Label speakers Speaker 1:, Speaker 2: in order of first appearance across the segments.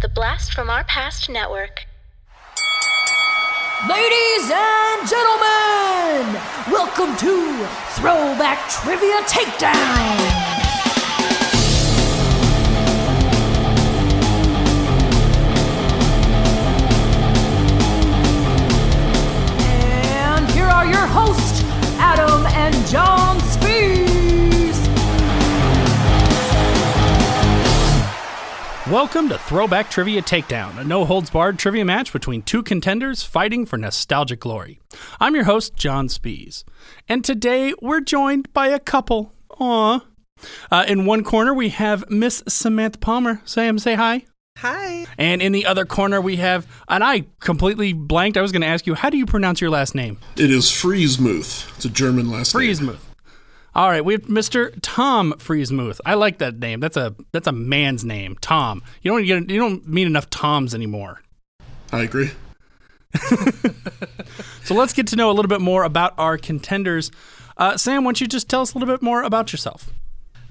Speaker 1: The Blast from Our Past Network.
Speaker 2: Ladies and gentlemen, welcome to Throwback Trivia Takedown. And here are your hosts, Adam and John Spees.
Speaker 3: Welcome to Throwback Trivia Takedown, a no holds barred trivia match between two contenders fighting for nostalgic glory. I'm your host, John Spees, and today we're joined by a couple. Aww. Uh, in one corner, we have Miss Samantha Palmer. Sam, say hi.
Speaker 4: Hi.
Speaker 3: And in the other corner, we have, and I completely blanked. I was going to ask you, how do you pronounce your last name?
Speaker 5: It is Friesmuth. It's a German last name.
Speaker 3: Friesmuth. All right, we have Mr. Tom Friesmuth. I like that name. That's a that's a man's name, Tom. You don't get, you don't meet enough Toms anymore.
Speaker 5: I agree.
Speaker 3: So let's get to know a little bit more about our contenders. Uh, Sam, why don't you just tell us a little bit more about yourself?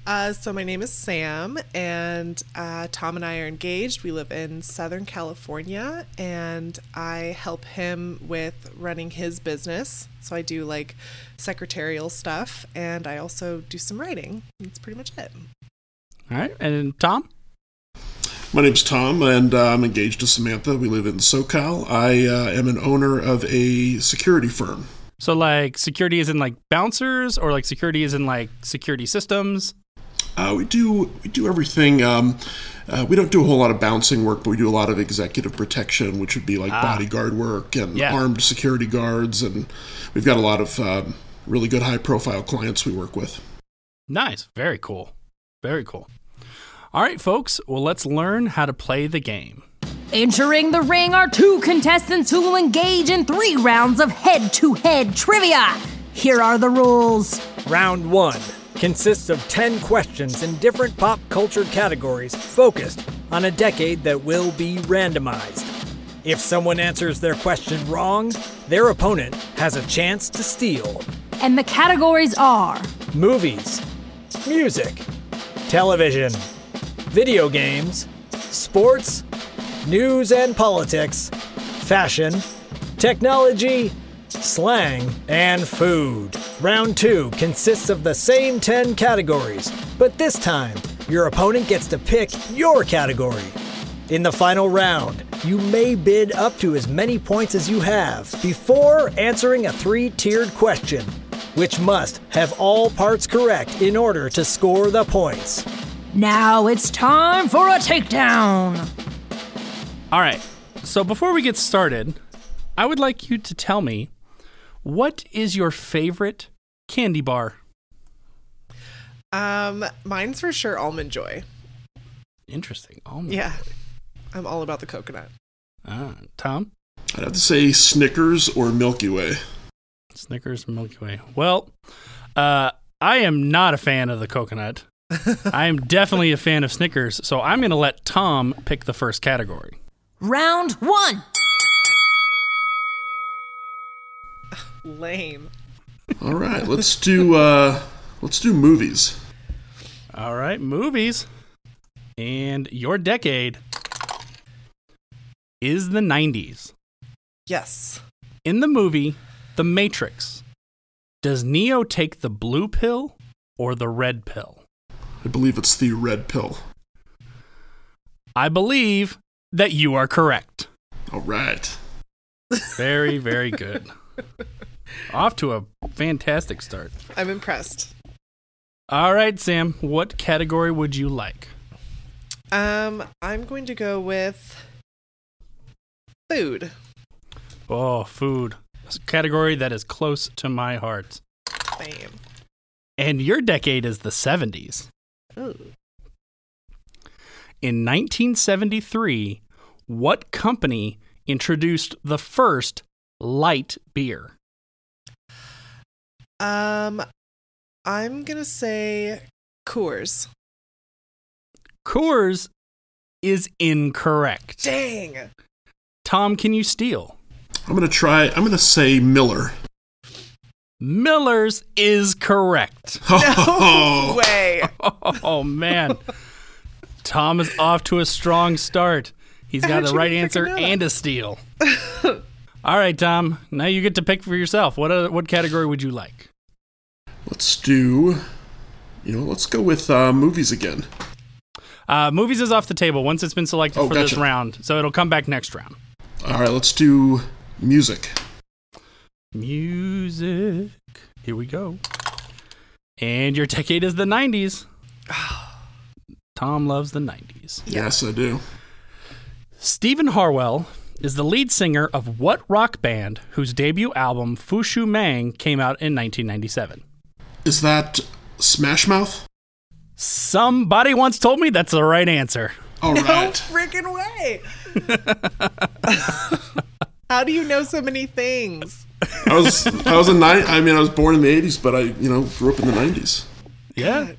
Speaker 4: Uh, so my name is Sam, and uh, Tom and I are engaged. We live in Southern California, and I help him with running his business. So I do like secretarial stuff, and I also do some writing. That's pretty much it.
Speaker 3: All right, and Tom.
Speaker 5: My name's Tom, and uh, I'm engaged to Samantha. We live in SoCal. I uh, am an owner of a security firm.
Speaker 3: So like security is in like bouncers, or like security is in like security systems.
Speaker 5: Uh, we do we do everything. Um, uh, we don't do a whole lot of bouncing work, but we do a lot of executive protection, which would be like bodyguard work and
Speaker 3: Yeah.
Speaker 5: armed security guards, and we've got a lot of um, really good high profile clients we work with.
Speaker 3: Nice, very cool, very cool. All right, folks. Well, let's learn how to play the game.
Speaker 2: Entering the ring are two contestants who will engage in three rounds of head to head trivia. Here are the rules.
Speaker 6: Round 1 consists of 10 questions in different pop culture categories focused on a decade that will be randomized. If someone answers their question wrong, their opponent has a chance to steal
Speaker 2: And the categories are
Speaker 6: movies, music, television, video games, sports, news and politics, fashion, technology, slang, and food. Round two consists of the same 10 categories, but this time, your opponent gets to pick your category. In the final round, you may bid up to as many points as you have before answering a three tiered question, which must have all parts correct in order to score the points.
Speaker 2: Now it's time for a takedown.
Speaker 3: All right. So before we get started, I would like you to tell me what is your favorite candy bar?
Speaker 4: Um, mine's for sure almond joy.
Speaker 3: Interesting. Almond.
Speaker 4: Yeah, I'm all about the coconut.
Speaker 3: Ah, Tom,
Speaker 5: I'd have to say Snickers or Milky Way.
Speaker 3: Snickers, Milky Way. Well, uh, I am not a fan of the coconut. I am definitely a fan of Snickers, so I'm going to let Tom pick the first category.
Speaker 2: Round one.
Speaker 4: Lame.
Speaker 5: All right, let's do uh, let's do movies.
Speaker 3: All right, movies. And your decade is the 90s.
Speaker 4: Yes.
Speaker 3: In the movie The Matrix, does Neo take the blue pill or the red pill?
Speaker 5: I believe it's the red pill.
Speaker 3: I believe that you are correct.
Speaker 5: All right.
Speaker 3: Very, very good. Off to a fantastic start.
Speaker 4: I'm impressed.
Speaker 3: All right, Sam, what category would you like?
Speaker 4: Um, I'm going to go with food.
Speaker 3: Oh, food. It's a category that is close to my heart.
Speaker 4: Same.
Speaker 3: And your decade is the 70s.
Speaker 4: Ooh.
Speaker 3: In 1973, what company introduced the first light beer?
Speaker 4: Um, I'm gonna say Coors.
Speaker 3: Coors is incorrect.
Speaker 4: Dang.
Speaker 3: Tom, can you steal?
Speaker 5: I'm gonna try. I'm gonna say Miller.
Speaker 3: Miller's is correct.
Speaker 4: No way.
Speaker 3: Oh, man. Tom is off to a strong start. He's
Speaker 4: I
Speaker 3: got
Speaker 4: heard
Speaker 3: the
Speaker 4: you
Speaker 3: right
Speaker 4: didn't
Speaker 3: answer
Speaker 4: freaking know
Speaker 3: and a steal. All right, Tom. Now you get to pick for yourself. What other, what category would you like?
Speaker 5: Let's do. You know, let's go with uh, movies again.
Speaker 3: Uh, movies is off the table once it's been selected
Speaker 5: Oh,
Speaker 3: for this
Speaker 5: gotcha.
Speaker 3: round, so it'll come back next round.
Speaker 5: All right, let's do music.
Speaker 3: Music. Here we go. And your decade is the 90s. Tom loves the 90s.
Speaker 5: Yes, I do.
Speaker 3: Stephen Harwell is the lead singer of what rock band whose debut album Fushu Mang came out in 1997?
Speaker 5: Is that Smash Mouth?
Speaker 3: Somebody once told me that's the right answer.
Speaker 5: All right.
Speaker 4: No freaking way. How do you know so many things?
Speaker 5: I was I was a nine. I mean, I was born in the '80s, but I you know grew up in the '90s.
Speaker 3: Yeah.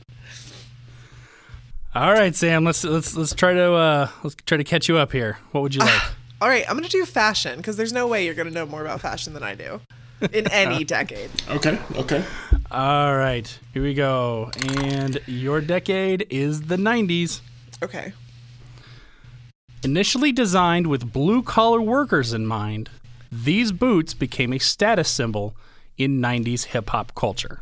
Speaker 3: All right, Sam. Let's let's let's try to uh, let's try to catch you up here. What would you like?
Speaker 4: All right, I'm going to do fashion because there's no way you're going to know more about fashion than I do in any decade.
Speaker 5: Okay. Okay.
Speaker 3: All right, here we go. And your decade is the 90s.
Speaker 4: Okay.
Speaker 3: Initially designed with blue collar workers in mind, these boots became a status symbol in 90s hip hop culture.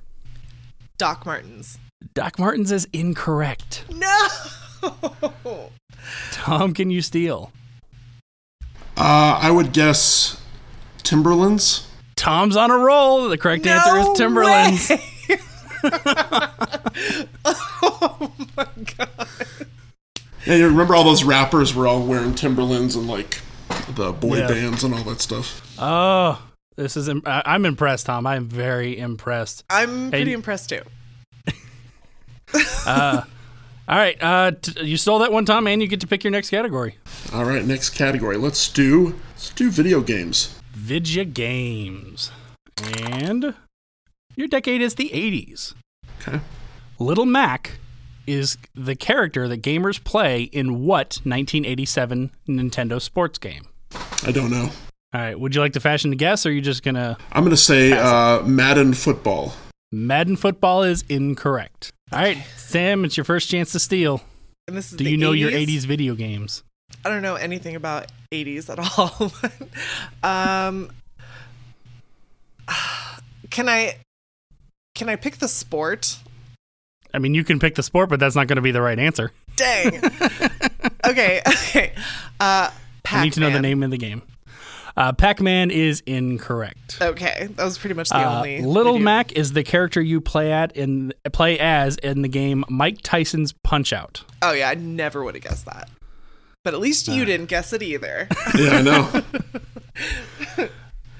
Speaker 4: Doc Martens.
Speaker 3: Doc Martens is incorrect.
Speaker 4: No.
Speaker 3: Tom, can you steal?
Speaker 5: Uh, I would guess Timberlands.
Speaker 3: Tom's on a roll. The correct answer
Speaker 4: No
Speaker 3: is Timberlands.
Speaker 4: way. oh my god.
Speaker 5: Yeah, you remember all those rappers were all wearing Timberlands and like the boy
Speaker 3: Yeah.
Speaker 5: bands and all that stuff.
Speaker 3: Oh, this is. Im- I- I'm impressed, Tom. I'm very impressed.
Speaker 4: I'm pretty
Speaker 3: Hey.
Speaker 4: impressed too.
Speaker 3: All right, uh, t- you stole that one, Tom, and you get to pick your next category.
Speaker 5: All right, next category. Let's do let's do video games.
Speaker 3: Vidya Games. And your decade is the 80s.
Speaker 5: Okay.
Speaker 3: Little Mac is the character that gamers play in what 1987 Nintendo sports game?
Speaker 5: I don't know.
Speaker 3: All right, would you like to fashion a guess, or are you just going to.
Speaker 5: I'm gonna say uh, Madden football.
Speaker 3: Madden football is incorrect. All right, Sam, it's your first chance to steal.
Speaker 4: And this is
Speaker 3: Do
Speaker 4: the
Speaker 3: you know your 80s video games?
Speaker 4: I don't know anything about 80s at all. um, can I can I pick the sport?
Speaker 3: I mean, you can pick the sport, but that's not going to be the right answer.
Speaker 4: Dang. okay. Okay. Uh,
Speaker 3: I need to know the
Speaker 4: Pac-Man.
Speaker 3: name of the game. Uh, Pac Man is incorrect.
Speaker 4: Okay, that was pretty much the
Speaker 3: Uh,
Speaker 4: only
Speaker 3: Little
Speaker 4: video-
Speaker 3: Mac is the character you play at in play as in the game Mike Tyson's Punch Out.
Speaker 4: Oh yeah, I never would have guessed that. But at least you didn't guess it either.
Speaker 5: Yeah, I know.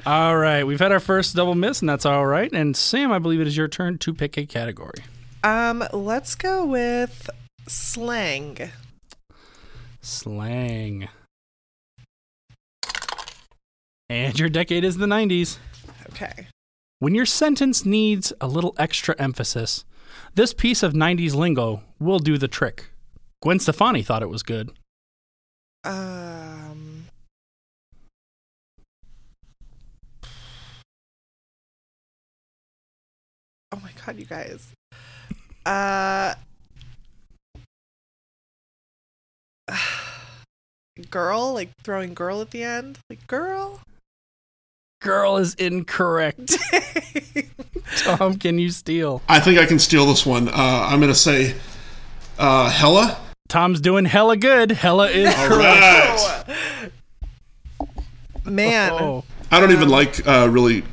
Speaker 3: All right, we've had our first double miss, and that's all right. And Sam, I believe it is your turn to pick a category.
Speaker 4: um, let's go with slang.
Speaker 3: Slang. And your decade is the 90s.
Speaker 4: Okay.
Speaker 3: When your sentence needs a little extra emphasis, this piece of 90s lingo will do the trick. Gwen Stefani thought it was good.
Speaker 4: Um. Oh my god, you guys. Uh. Girl, like throwing girl at the end, like girl.
Speaker 3: Girl is incorrect. Tom, can you steal?
Speaker 5: I think I can steal this one. Uh, I'm gonna say uh, Hella.
Speaker 3: Tom's doing hella good. Hella
Speaker 4: Oh,
Speaker 3: is
Speaker 5: All right.
Speaker 4: Man,
Speaker 3: Oh,
Speaker 5: I don't even like uh, really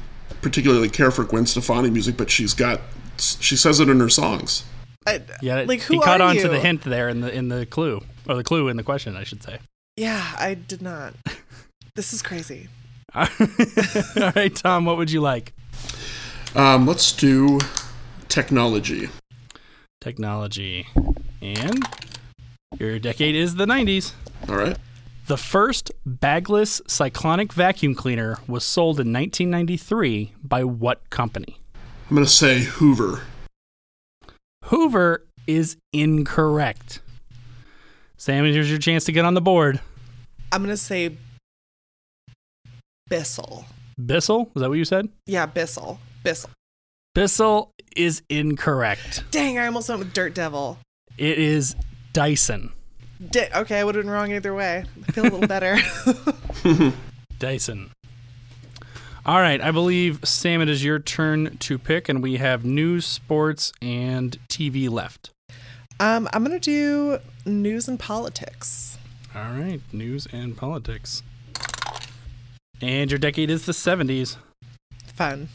Speaker 5: particularly care for Gwen Stefani music, but she's got she says it in her songs.
Speaker 4: I-
Speaker 3: yeah.
Speaker 4: like who
Speaker 3: he caught
Speaker 4: are
Speaker 3: on
Speaker 4: you?
Speaker 3: to the hint there in the in the clue or the clue in the question, I should say.
Speaker 4: Yeah, I did not. This is crazy.
Speaker 3: All right, Tom, what would you like?
Speaker 5: Um, let's do technology.
Speaker 3: Technology, and your decade is the '90s.
Speaker 5: All right.
Speaker 3: The first bagless cyclonic vacuum cleaner was sold in 1993 by what company?
Speaker 5: I'm gonna say Hoover.
Speaker 3: Hoover is incorrect. Sam, here's your chance to get on the board.
Speaker 4: I'm gonna say Bissell.
Speaker 3: Bissell, is that what you said?
Speaker 4: Yeah, Bissell. Bissell.
Speaker 3: Bissell is incorrect.
Speaker 4: Dang, I almost went with Dirt Devil.
Speaker 3: It is Dyson.
Speaker 4: Di- okay, I would have been wrong either way. I feel a little better.
Speaker 3: Dyson. All right, I believe Sam, it is your turn to pick, and we have news, sports, and TV left.
Speaker 4: um, I'm gonna do news and politics.
Speaker 3: All right, news and politics. And your decade is the 70s.
Speaker 4: Fun.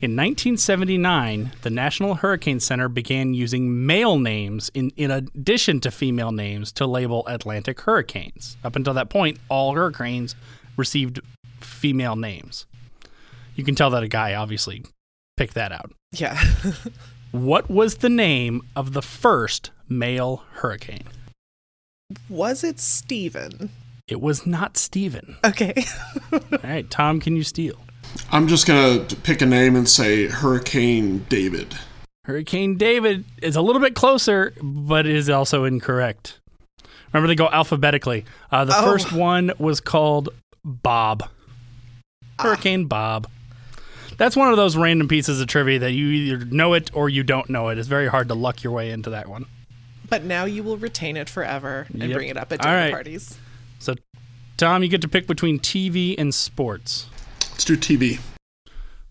Speaker 3: In 1979, the National Hurricane Center began using male names in, in addition to female names to label Atlantic hurricanes. Up until that point, all hurricanes received female names. You can tell that a guy obviously picked that out.
Speaker 4: Yeah.
Speaker 3: What was the name of the first male hurricane?
Speaker 4: Was it Steven?
Speaker 3: It was not Stephen.
Speaker 4: Okay.
Speaker 3: All right, Tom, can you steal?
Speaker 5: I'm just gonna pick a name and say Hurricane David.
Speaker 3: Hurricane David is a little bit closer, but is also incorrect. Remember, they go alphabetically. Uh, the
Speaker 4: Oh.
Speaker 3: first one was called Bob. Hurricane Bob. That's one of those random pieces of trivia that you either know it or you don't know it. It's very hard to luck your way into that one.
Speaker 4: but now you will retain it forever and
Speaker 3: Yep.
Speaker 4: bring it up at
Speaker 3: All
Speaker 4: dinner
Speaker 3: right.
Speaker 4: parties.
Speaker 3: So, Tom, you get to pick between TV and sports.
Speaker 5: Let's do TV.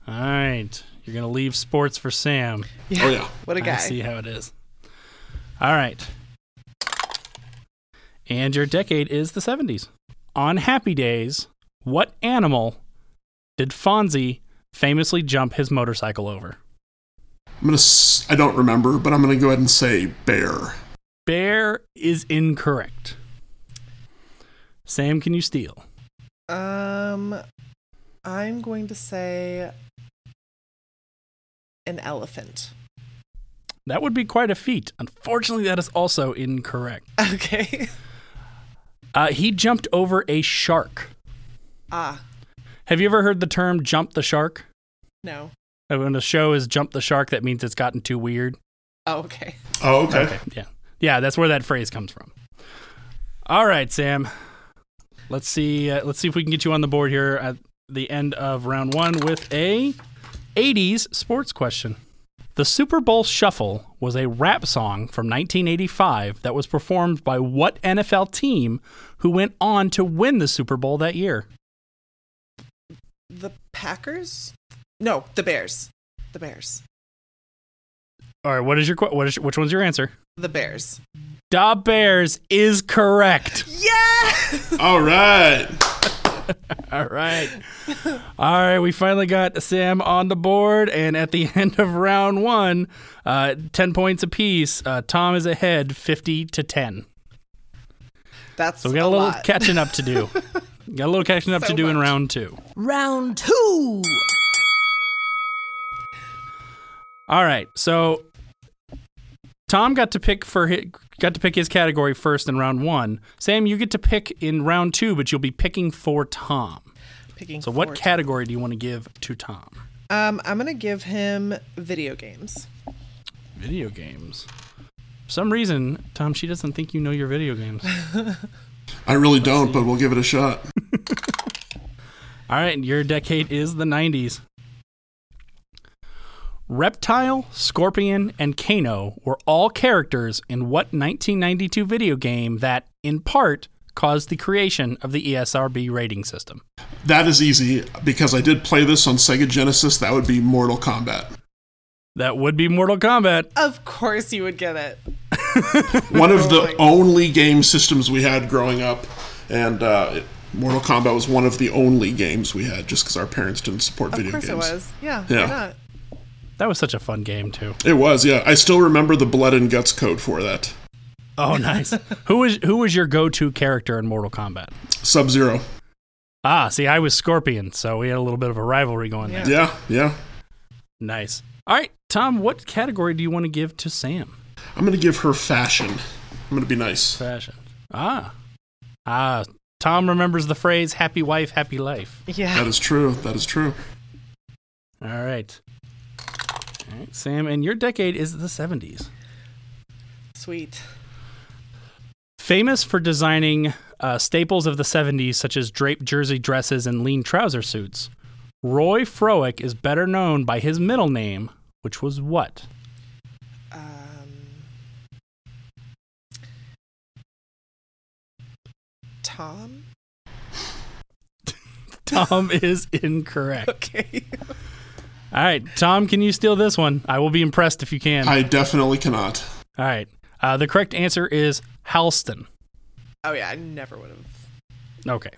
Speaker 3: All right. You're going to leave sports for Sam.
Speaker 5: Oh yeah.
Speaker 4: What a
Speaker 3: I
Speaker 4: guy.
Speaker 3: see how it is. All right. And your decade is the 70s. On happy days, what animal did Fonzie famously jump his motorcycle over?
Speaker 5: I'm gonna. S- I don't remember, but I'm gonna go ahead and say bear.
Speaker 3: Bear is incorrect. Sam, can you steal?
Speaker 4: Um, I'm going to say an elephant.
Speaker 3: That would be quite a feat. Unfortunately, that is also incorrect.
Speaker 4: Okay.
Speaker 3: Uh, he jumped over a shark.
Speaker 4: ah,
Speaker 3: Have you ever heard the term jump the shark?
Speaker 4: no.
Speaker 3: Uh, When a show is jump the shark, that means it's gotten too weird.
Speaker 4: Oh, okay.
Speaker 5: Oh okay.
Speaker 3: Yeah. Yeah, that's where that phrase comes from. All right, Sam. Let's see uh, let's see if we can get you on the board here at the end of round 1 with a 80s sports question. The Super Bowl Shuffle was a rap song from 1985 that was performed by what NFL team who went on to win the Super Bowl that year?
Speaker 4: The Packers? No, the Bears. The Bears.
Speaker 3: All right, what is your que- what is which one's your answer?
Speaker 4: The Bears.
Speaker 3: Da Bears is correct.
Speaker 4: Yeah.
Speaker 5: All right.
Speaker 3: All right. All right. We finally got Sam on the board. And at the end of round one, uh, 10 points apiece, uh, Tom is ahead 50 to 10.
Speaker 4: That's
Speaker 3: So we got a, little
Speaker 4: lot.
Speaker 3: catching up to do. got a little catching up
Speaker 4: So
Speaker 3: to do in
Speaker 4: much.
Speaker 3: round two.
Speaker 2: Round two.
Speaker 3: All right. So Tom got to pick for his, got to pick his category first in round one. Sam, you get to pick in round two, but you'll be picking for Tom.
Speaker 4: Picking
Speaker 3: So what
Speaker 4: four.
Speaker 3: category do you want to give to Tom?
Speaker 4: Um, I'm gonna give him video games.
Speaker 3: Video games. For some reason, Tom, she doesn't think you know your video games.
Speaker 5: I really don't, but we'll give it a shot.
Speaker 3: All right, your decade is the 90s. Reptile, Scorpion, and Kano were all characters in what 1992 video game that, in part, caused the creation of the E ESRB rating system?
Speaker 5: That is easy because I did play this on Sega Genesis. That would be Mortal Kombat.
Speaker 3: That would be Mortal Kombat.
Speaker 4: Of course, you would get it.
Speaker 5: One of
Speaker 4: my
Speaker 5: the
Speaker 4: God.
Speaker 5: only game systems we had growing up, and uh, it- Mortal Kombat was one of the only games we had just because our parents didn't support
Speaker 4: Of
Speaker 5: video
Speaker 4: course,
Speaker 5: games.
Speaker 4: it was. Yeah.
Speaker 5: Yeah.
Speaker 4: Why not?
Speaker 3: That was such a fun game, too.
Speaker 5: It was, yeah. I still remember the blood and guts code for that.
Speaker 3: Oh, nice. who was who was your go-to character in Mortal Kombat?
Speaker 5: Sub Zero.
Speaker 3: Ah, see, I was Scorpion, so we had a little bit of a rivalry going there.
Speaker 5: Yeah, yeah.
Speaker 3: Nice. All right, Tom, what category do you want to give to Sam?
Speaker 5: I'm gonna give her fashion. I'm gonna be nice.
Speaker 3: Fashion. Ah. Ah. Tom remembers the phrase happy wife, happy life.
Speaker 5: That
Speaker 4: Yeah.
Speaker 5: is true. That is true.
Speaker 3: All right. All right, Sam, and your decade is the 70s.
Speaker 4: Sweet.
Speaker 3: Famous for designing uh, staples of the 70s, such as draped jersey dresses and lean trouser suits, Roy Froick is better known by his middle name, which was what?
Speaker 4: Um, Tom?
Speaker 3: Tom is incorrect.
Speaker 4: Okay.
Speaker 3: All right, Tom, can you steal this one? I will be impressed if you can.
Speaker 5: I definitely cannot.
Speaker 3: All right. Uh, the correct answer is Halston.
Speaker 4: Oh, yeah, I never would have.
Speaker 3: Okay.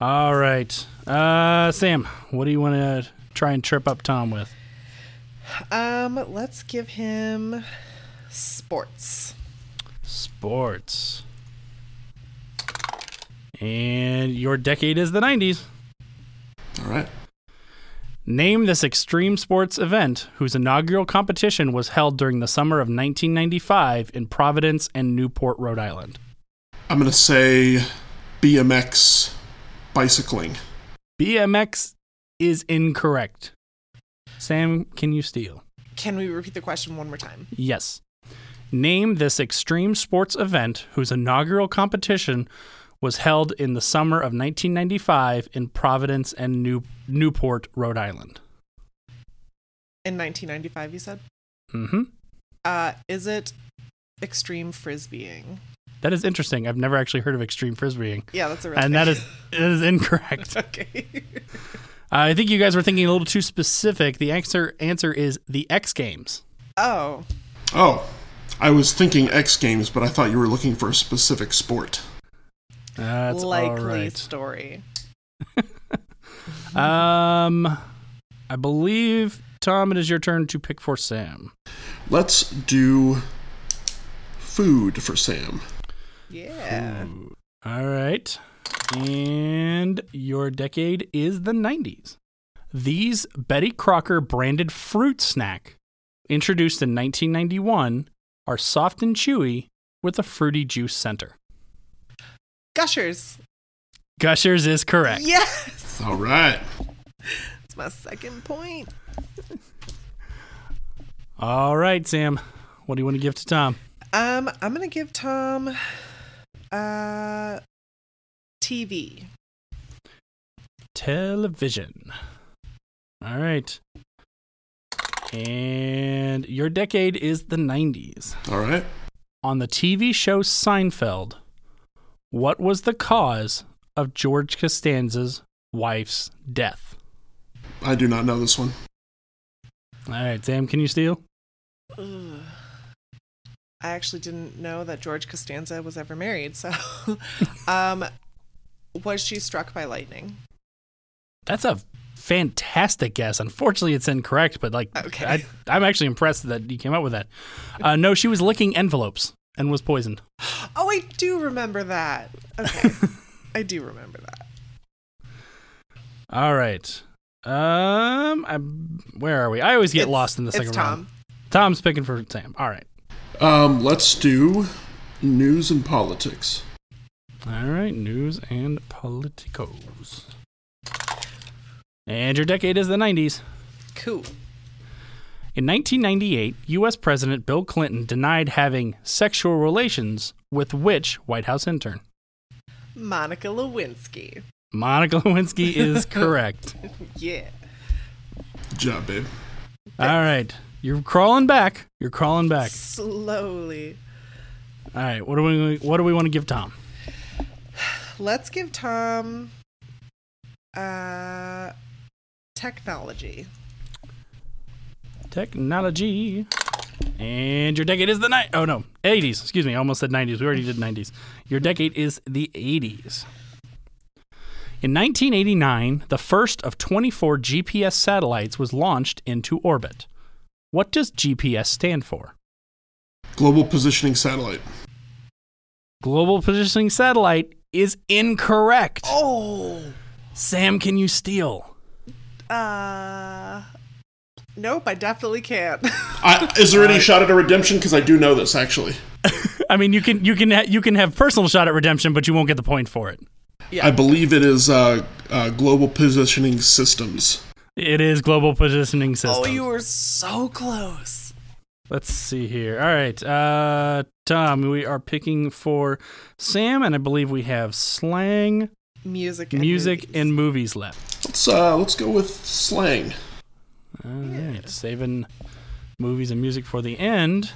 Speaker 3: All right. Uh, Sam, what do you want to try and trip up Tom with?
Speaker 4: Um, let's give him sports.
Speaker 3: Sports. And your decade is the 90s.
Speaker 5: All right.
Speaker 3: Name this extreme sports event whose inaugural competition was held during the summer of 1995 in Providence and Newport, Rhode Island.
Speaker 5: I'm going to say BMX bicycling.
Speaker 3: BMX is incorrect. Sam, can you steal?
Speaker 4: Can we repeat the question one more time?
Speaker 3: Yes. Name this extreme sports event whose inaugural competition was held in the summer of 1995 in Providence and New- Newport, Rhode Island.
Speaker 4: In 1995, you said?
Speaker 3: hmm
Speaker 4: Uh, is it extreme frisbeeing?
Speaker 3: That is interesting. I've never actually heard of extreme frisbeeing,
Speaker 4: Yeah, that's a real
Speaker 3: and that
Speaker 4: thing.
Speaker 3: is that is incorrect.
Speaker 4: okay.
Speaker 3: I think you guys were thinking a little too specific. The answer answer is the X Games.
Speaker 4: Oh,
Speaker 5: Oh, I was thinking X Games, but I thought you were looking for a specific sport.
Speaker 3: That's all
Speaker 4: likely
Speaker 3: right.
Speaker 4: story.
Speaker 3: Um, I believe Tom, it is your turn to pick for Sam.
Speaker 5: Let's do food for Sam.
Speaker 4: Yeah.
Speaker 3: All right. And your decade is the 90s. These Betty Crocker branded fruit snack, introduced in 1991, are soft and chewy with a fruity juice center.
Speaker 4: Gushers.
Speaker 3: Gushers is correct.
Speaker 4: Yes.
Speaker 5: All right.
Speaker 4: That's my second point.
Speaker 3: All right, Sam. What do you want to give to Tom?
Speaker 4: Um, I'm gonna give Tom uh TV.
Speaker 3: Television. All right. And your decade is the 90s.
Speaker 5: All right.
Speaker 3: on the TV show Seinfeld, what was the cause of George Costanza's wife's death?
Speaker 5: I do not know this one.
Speaker 3: All right, Sam, can you steal?
Speaker 4: Ugh. I actually didn't know that George Costanza was ever married, so um was she struck by lightning?
Speaker 3: That's a fantastic guess. Unfortunately, it's incorrect, but like,
Speaker 4: Okay.
Speaker 3: I, I'm actually impressed that you came up with that. Uh, no, she was licking envelopes and was poisoned.
Speaker 4: Oh, I do remember that. Okay. I do remember that.
Speaker 3: All right. Um, I'm, where are we? I always get
Speaker 4: It's-
Speaker 3: lost in the second
Speaker 4: it's
Speaker 3: round. Tom's picking for Sam. All right.
Speaker 5: Um, let's do news and politics.
Speaker 3: All right, news and politicos. And your decade is the 90s.
Speaker 4: Cool.
Speaker 3: In 1998, U.S. President Bill Clinton denied having sexual relations with which White House intern?
Speaker 4: Monica Lewinsky.
Speaker 3: Monica Lewinsky is correct.
Speaker 4: Yeah.
Speaker 5: Good job, babe.
Speaker 3: All right, you're crawling back. You're crawling back.
Speaker 4: Slowly.
Speaker 3: All right, what do we what do we want to give Tom?
Speaker 4: Let's give Tom uh technology.
Speaker 3: Technology. And your decade is the night. Oh no, 80s. Excuse me. I almost said 90s. We already did 90s. Your decade is the 80s. In 1989, the first of 24 GPS satellites was launched into orbit. What does GPS stand for?
Speaker 5: Global positioning satellite.
Speaker 3: Global positioning satellite is incorrect.
Speaker 4: Oh.
Speaker 3: Sam, can you steal?
Speaker 4: Uh Nope, I definitely can't.
Speaker 5: I, is there any shot at a redemption? Because I do know this actually.
Speaker 3: I mean, you can you can ha- you can have personal shot at redemption, but you won't get the point for it.
Speaker 5: I believe it is uh, uh, global positioning systems.
Speaker 3: It is global positioning system.
Speaker 4: oh, you were so close.
Speaker 3: Let's see here. All right, uh, Tom, we are picking for Sam, and I believe we have slang,
Speaker 4: Music and
Speaker 3: music,
Speaker 4: movies.
Speaker 3: and movies left.
Speaker 5: Let's uh, let's go with slang.
Speaker 3: All right, saving movies and music for the end.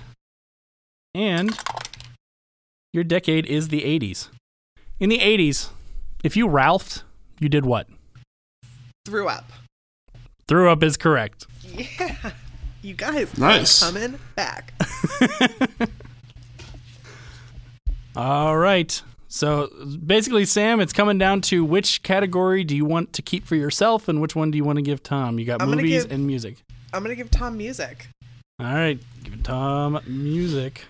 Speaker 3: And your decade is the '80s. In the 80s, if you Ralphed, you did what?
Speaker 4: Threw up.
Speaker 3: Threw up is correct.
Speaker 4: You guys are
Speaker 5: Nice.
Speaker 4: coming back.
Speaker 3: All right. So basically, Sam, it's coming down to which category do you want to keep for yourself and which one do you want to give Tom? You got
Speaker 4: I'm gonna
Speaker 3: movies
Speaker 4: give-
Speaker 3: and music.
Speaker 4: I'm gonna give Tom music.
Speaker 3: All right, giving Tom music.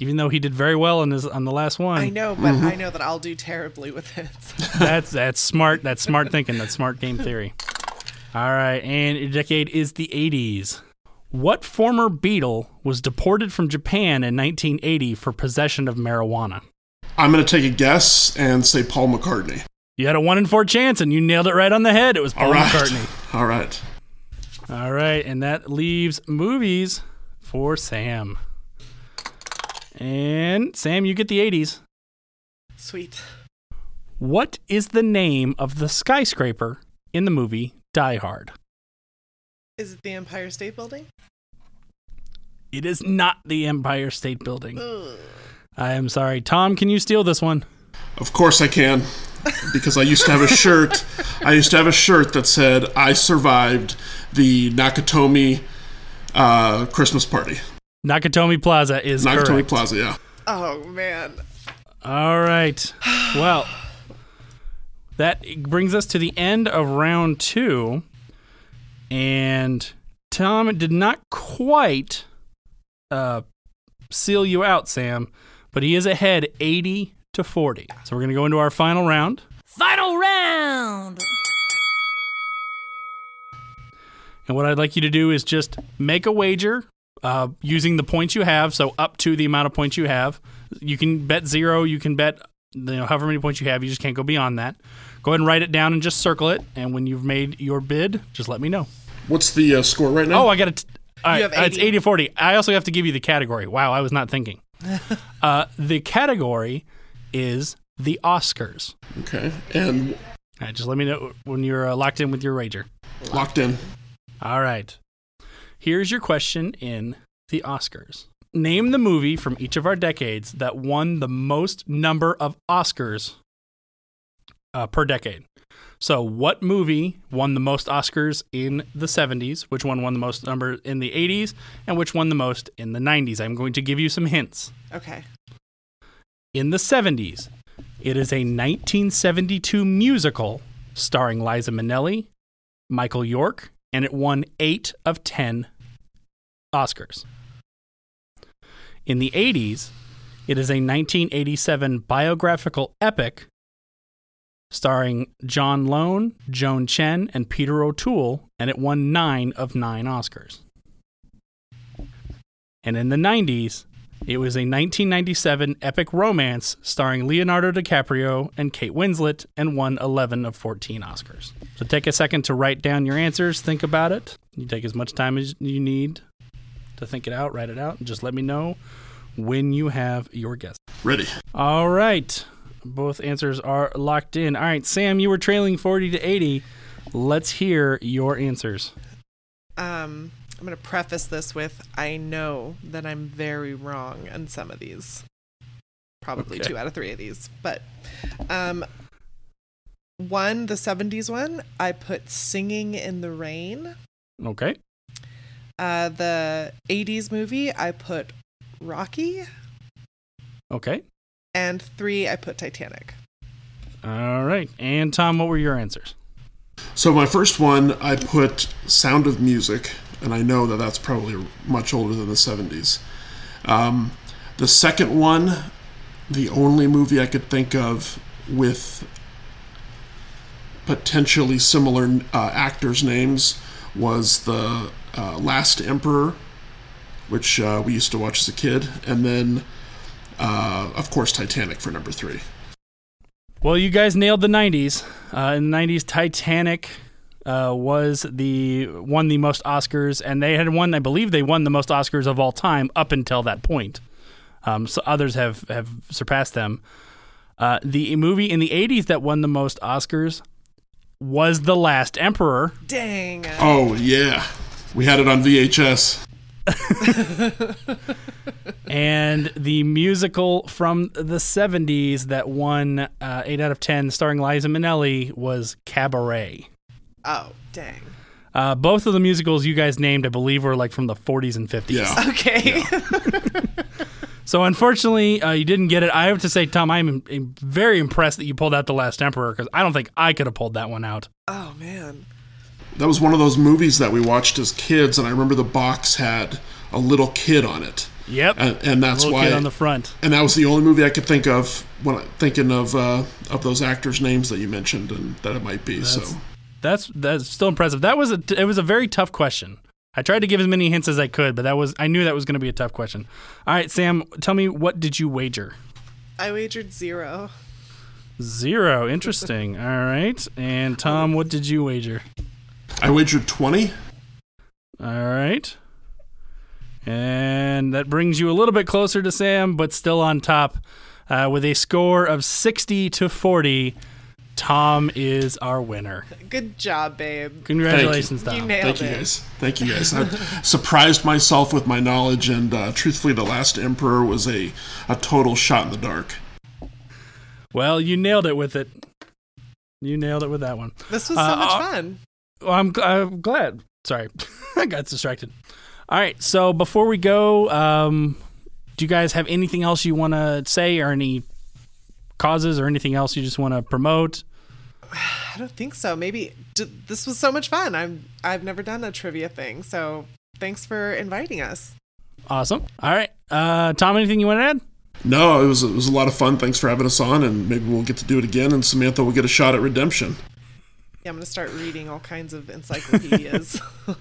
Speaker 3: Even though he did very well on this on the last one,
Speaker 4: I know, but I know that I'll do terribly with it.
Speaker 3: that's that's smart. That's smart thinking. That's smart game theory. All right, and your decade is the '80s. What former Beatle was deported from Japan in 1980 for possession of marijuana?
Speaker 5: I'm going to take a guess and say Paul McCartney.
Speaker 3: You had a one in four chance, and you nailed it right on the head. It was Paul
Speaker 5: All right.
Speaker 3: McCartney.
Speaker 5: All right.
Speaker 3: All right, and that leaves movies for Sam. And Sam, you get the 80s.
Speaker 4: Sweet.
Speaker 3: What is the name of the skyscraper in the movie Die Hard?
Speaker 4: Is it the Empire State Building?
Speaker 3: It is not the Empire State Building. I am sorry. Tom, can you steal this one?
Speaker 5: Of course I can, because I used to have a shirt. I used to have a shirt that said "I survived the Nakatomi uh, Christmas party."
Speaker 3: Nakatomi Plaza is
Speaker 5: Nakatomi
Speaker 3: correct.
Speaker 5: Plaza, yeah.
Speaker 4: Oh man.
Speaker 3: All right. Well, that brings us to the end of round two. And Tom did not quite uh, seal you out, Sam, but he is ahead 80 to 40. So we're going to go into our final round.
Speaker 2: Final round!
Speaker 3: And what I'd like you to do is just make a wager uh, using the points you have, so up to the amount of points you have. You can bet zero, you can bet you know, however many points you have, you just can't go beyond that. Go ahead and write it down and just circle it. And when you've made your bid, just let me know.
Speaker 5: What's the uh, score right now?
Speaker 3: Oh, I got it. All right,
Speaker 4: have
Speaker 3: uh, it's
Speaker 4: 80.
Speaker 3: 80 40. I also have to give you the category. Wow, I was not thinking. uh, the category is the Oscars.
Speaker 5: okay. And
Speaker 3: All right, just let me know when you're uh, locked in with your wager.
Speaker 5: locked in.
Speaker 3: All right. Here's your question in the Oscars. Name the movie from each of our decades that won the most number of Oscars uh, per decade. So, what movie won the most Oscars in the 70s? Which one won the most number in the 80s? And which won the most in the 90s? I'm going to give you some hints.
Speaker 4: Okay.
Speaker 3: In the 70s, it is a 1972 musical starring Liza Minnelli, Michael York, and it won 8 of 10 Oscars. In the 80s, it is a 1987 biographical epic starring John Lone, Joan Chen, and Peter O'Toole, and it won 9 of 9 Oscars. And in the 90s, it was a 1997 epic romance starring Leonardo DiCaprio and Kate Winslet and won 11 of 14 Oscars. So take a second to write down your answers, think about it. You take as much time as you need to think it out, write it out, and just let me know when you have your guess.
Speaker 5: Ready.
Speaker 3: All right. Both answers are locked in. All right, Sam, you were trailing 40 to 80. Let's hear your answers.
Speaker 4: Um, I'm gonna preface this with I know that I'm very wrong on some of these. Probably
Speaker 3: Okay.
Speaker 4: two out of three of these, but um, one the '70s one I put "Singing in the Rain."
Speaker 3: Okay.
Speaker 4: Uh, the '80s movie I put Rocky,
Speaker 3: Okay.
Speaker 4: and three I put Titanic.
Speaker 3: All right. And Tom, what were your answers?
Speaker 5: So my first one, I put Sound of Music, and I know that that's probably much older than the 70s. Um, the second one, the only movie I could think of with potentially similar uh, actors' names was the uh, Last Emperor, which uh, we used to watch as a kid, and then, uh, of course, Titanic for number three.
Speaker 3: Well, you guys nailed the '90s. Uh, in the '90s, Titanic uh, was the won the most Oscars, and they had won. I believe they won the most Oscars of all time up until that point. Um, so others have have surpassed them. Uh, the movie in the '80s that won the most Oscars was The Last Emperor.
Speaker 4: Dang.
Speaker 5: Oh yeah, we had it on VHS.
Speaker 3: and the musical from the 70s that won uh, 8 out of 10 starring Liza Minnelli was Cabaret.
Speaker 4: Oh, dang.
Speaker 3: Uh, both of the musicals you guys named, I believe, were like from the 40s and 50s.
Speaker 5: Yeah.
Speaker 4: Okay.
Speaker 3: So unfortunately, uh, you didn't get it. I have to say, Tom, I'm, I'm very impressed that you pulled out The Last Emperor because I don't think I could have pulled that one out.
Speaker 4: oh, man.
Speaker 5: That was one of those movies that we watched as kids, and I remember the box had a little kid on it.
Speaker 3: Yep.
Speaker 5: And, and that's
Speaker 3: Little
Speaker 5: why.
Speaker 3: kid on the front.
Speaker 5: and that was the only movie I could think of when I, thinking of uh, of those actors' names that you mentioned and that it might be. so
Speaker 3: That's that's still impressive. That was a it was a very tough question. I tried to give as many hints as I could, but that was I knew that was going to be a tough question. All right, Sam, tell me what did you wager?
Speaker 4: I wagered zero.
Speaker 3: Zero. Interesting. All right. And Tom, what did you wager?
Speaker 5: I wagered twenty.
Speaker 3: All right. And that brings you a little bit closer to Sam, but still on top uh, with a score of 60 to 40. Tom is our winner.
Speaker 4: Good job, babe.
Speaker 3: Congratulations,
Speaker 4: You
Speaker 3: Tom.
Speaker 4: nailed
Speaker 5: Thank you
Speaker 4: it.
Speaker 5: guys. Thank you guys. I surprised myself with my knowledge, and uh, truthfully, the last emperor was a a total shot in the dark.
Speaker 3: Well, you nailed it with it. You nailed it with that one.
Speaker 4: This was
Speaker 3: Uh,
Speaker 4: so much
Speaker 3: uh,
Speaker 4: fun.
Speaker 3: Well, I'm, gl- I'm glad. Sorry, I got distracted. All right, so before we go, um, do you guys have anything else you want to say, or any causes, or anything else you just want to promote?
Speaker 4: I don't think so. Maybe d- this was so much fun. I'm I've never done a trivia thing, so thanks for inviting us.
Speaker 3: Awesome. All right, uh, Tom, anything you want to add?
Speaker 5: No, it was it was a lot of fun. Thanks for having us on, and maybe we'll get to do it again. And Samantha will get a shot at redemption.
Speaker 4: Yeah, I'm gonna start reading all kinds of encyclopedias.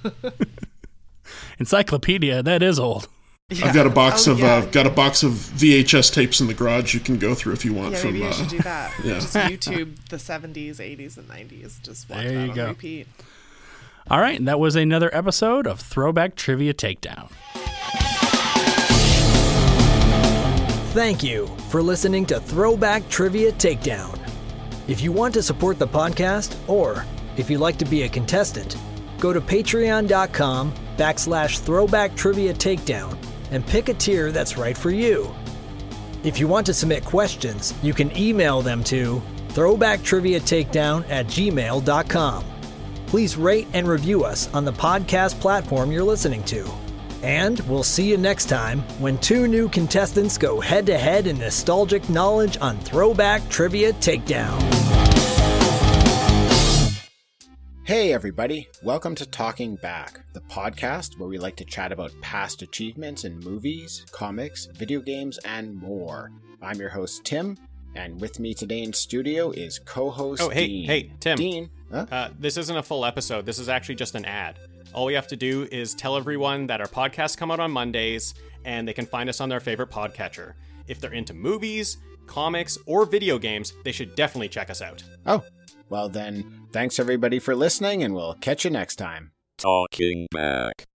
Speaker 3: Encyclopedia. That is old.
Speaker 5: I've got a box
Speaker 4: Oh,
Speaker 5: of
Speaker 4: yeah.
Speaker 5: uh, got a box of VHS tapes in the garage. You can go through if you want.
Speaker 4: yeah,
Speaker 5: from
Speaker 4: maybe
Speaker 5: uh,
Speaker 4: you should do that.
Speaker 5: yeah.
Speaker 4: Just YouTube the 70s, 80s, and 90s. Just watch
Speaker 3: There
Speaker 4: that
Speaker 3: you
Speaker 4: on
Speaker 3: go.
Speaker 4: repeat.
Speaker 3: All right, and that was another episode of Throwback Trivia Takedown.
Speaker 6: Thank you for listening to Throwback Trivia Takedown. If you want to support the podcast, or if you'd like to be a contestant, go to patreon.com backslash throwback trivia takedown and pick a tier that's right for you. If you want to submit questions, you can email them to throwbacktriviatakedown at gmail.com. Please rate and review us on the podcast platform you're listening to. And we'll see you next time when two new contestants go head to head in nostalgic knowledge on Throwback Trivia Takedown.
Speaker 7: Hey, everybody, welcome to Talking Back, the podcast where we like to chat about past achievements in movies, comics, video games, and more. I'm your host, Tim, and with me today in studio is co host
Speaker 8: Oh, hey,
Speaker 7: Dean.
Speaker 8: hey, Tim.
Speaker 7: Dean, huh?
Speaker 8: Uh, this isn't a full episode. This is actually just an ad. All we have to do is tell everyone that our podcasts come out on Mondays and they can find us on their favorite podcatcher. If they're into movies, comics, or video games, they should definitely check us out.
Speaker 7: oh, well then, thanks everybody for listening, and we'll catch you next time.
Speaker 9: Talking back.